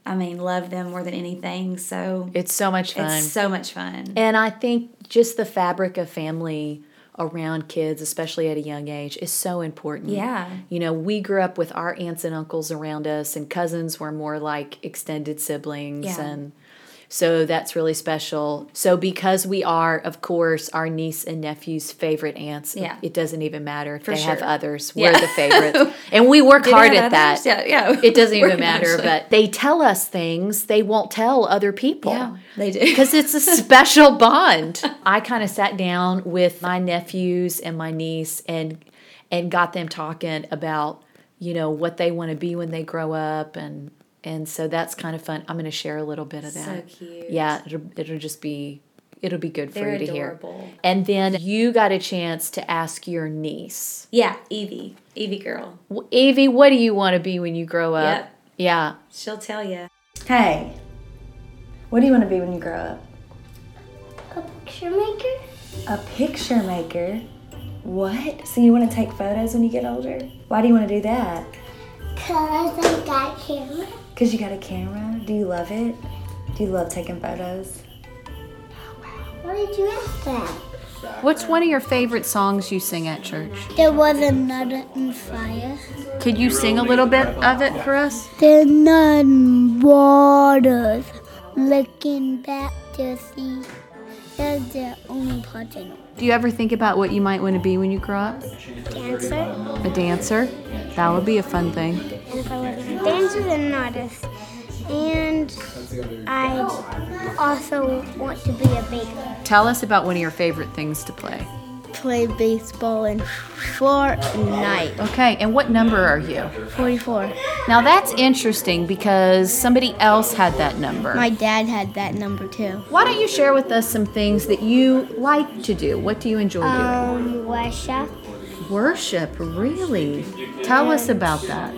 I mean, love them more than anything. So
It's so much fun.
it's so much fun.
And I think just the fabric of family around kids, especially at a young age, is so important.
Yeah.
You know, we grew up with our aunts and uncles around us, and cousins were more like extended siblings.
Yeah.
And so that's really special. So, because we are, of course, our niece and nephew's favorite aunts,
Yeah.
it doesn't even matter if they have
sure.
others.
Yeah.
We're the favorites. and we work hard
Do they
at
have
that.
others? Yeah, yeah.
It doesn't
We're
even matter,
actually-
but they tell us things they won't tell other people.
Yeah, they do.
Because it's a special bond. I kind of sat down with my nephews and my niece and and got them talking about, you know, what they want to be when they grow up and and so that's kind of fun. I'm going to share a little bit of
So
that.
cute.
Yeah, it'll, it'll just be it'll be good for
They're
you to
adorable.
hear. And then you got a chance to ask your niece,
Yeah, Evie. Evie girl.
"Well, Evie, what do you want to be when you grow up?
Yep.
Yeah.
She'll tell you. Hey, what do you want to be when you grow up?
A picture maker?
A picture maker. What? So you want to take photos when you get older? Why do you want to do that?
Cause I got camera.
Because you got a camera? Do you love it? Do you love taking photos?
Why did you ask that?
What's one of your favorite songs you sing at church?
There was a nut in fire.
Could you sing a little bit of it for us?
The nun waters looking back to see. That's the only part I know.
Do you ever think about what you might want to be when you grow up?
Dancer?
A dancer? That would be a fun thing.
And if I wasn't a dancer, then an artist. And I also want to be a baker.
Tell us about one of your favorite things to play.
Play baseball and Fortnite.
Okay, and what number are you?
44.
Now that's interesting because somebody else had that number.
dad had that number too.
Why don't you share with us some things that you like to do? What do you enjoy
Um, worship.
doing? Worship, really? Tell us about that.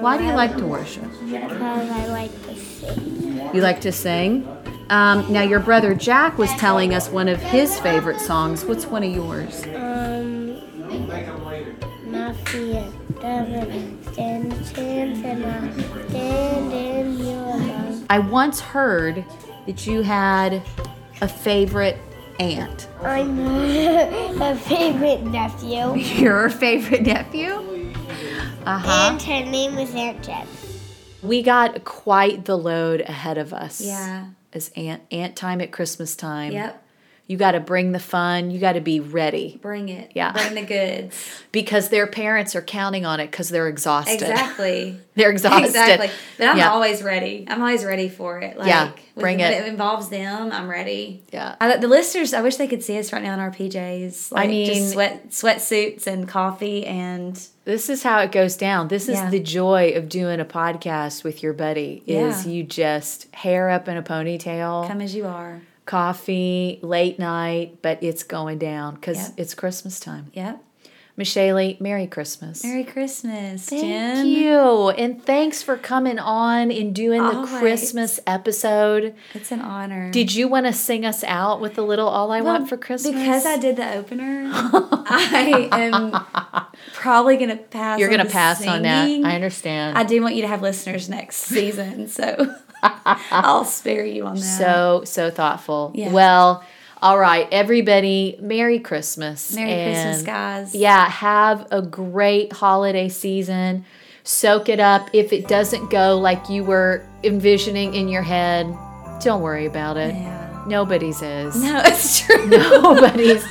Why do you like to worship?
Because I like to sing.
You like to sing? Um, now, your brother Jack was telling us one of his favorite songs. What's one of yours?
Um, Mafia doesn't stand a chance, and I stand in your love.
I once heard that you had a favorite aunt.
I'm her favorite nephew,
Your favorite nephew?
and her name is Aunt Jen.
We got quite the load ahead of us.
Yeah.
As aunt aunt time at Christmas time.
Yep.
You got to bring the fun. You got to be ready
Bring it.
Yeah.
Bring the goods.
because their parents are counting on it because they're exhausted.
Exactly.
They're exhausted.
Exactly. But I'm
yeah.
always ready. I'm always ready for it. Like,
Yeah,
when-
bring
when
it.
involves them, I'm ready.
Yeah.
I, the listeners, I wish they could see us right now in our PJs. Like,
mean-
just sweat sweatsuits and coffee and
This is how it goes down. This is
Yeah.
the joy of doing a podcast with your buddy. Is
Yeah.
you just hair up in a ponytail,
come as you are.
coffee, late night, but it's going down because
Yep.
it's Christmas time.
Yep.
Michelle, Merry Christmas.
Merry Christmas,
Thank
Jen.
you. And thanks for coming on and doing the
Always.
Christmas episode.
It's an honor.
Did you want to sing us out with a little All I
Well,
Want for Christmas?
Because I did the opener, I am probably going to pass
You're
on
going to
the
pass on that.
singing.
I understand.
I do want you to have listeners next season, so I'll spare you on that.
so, so thoughtful.
Yeah.
Well, all right, everybody, Merry Christmas.
Merry Christmas,
and-
guys.
Yeah, have a great holiday season. Soak it up. If it doesn't go like you were envisioning in your head, don't worry about it.
Yeah.
Nobody's is.
No, it's true.
Nobody's.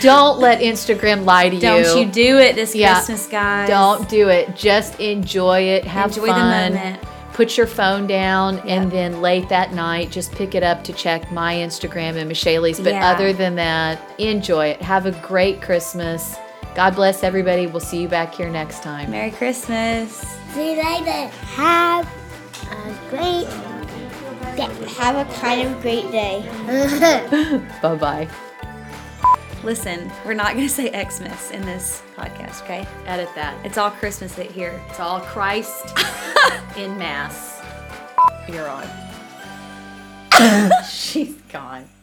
Don't let Instagram lie to
Don't
you.
you do it this
Yeah.
Christmas, guys.
Don't do it. Just enjoy it. Have
Enjoy the
fun.
moment.
Put your phone down and then late that night, just pick it up to check my Instagram and Michelle's. But
Yeah.
other than that, enjoy it. Have a great Christmas. God bless everybody. We'll see you back here next time.
Merry Christmas.
See you later. Have a great day. Have a kind of great day.
Bye bye.
Listen, we're not going to say Xmas in this podcast, okay?
Edit that.
It's all Christmas it here.
It's all Christ in Mass. You're on. She's gone.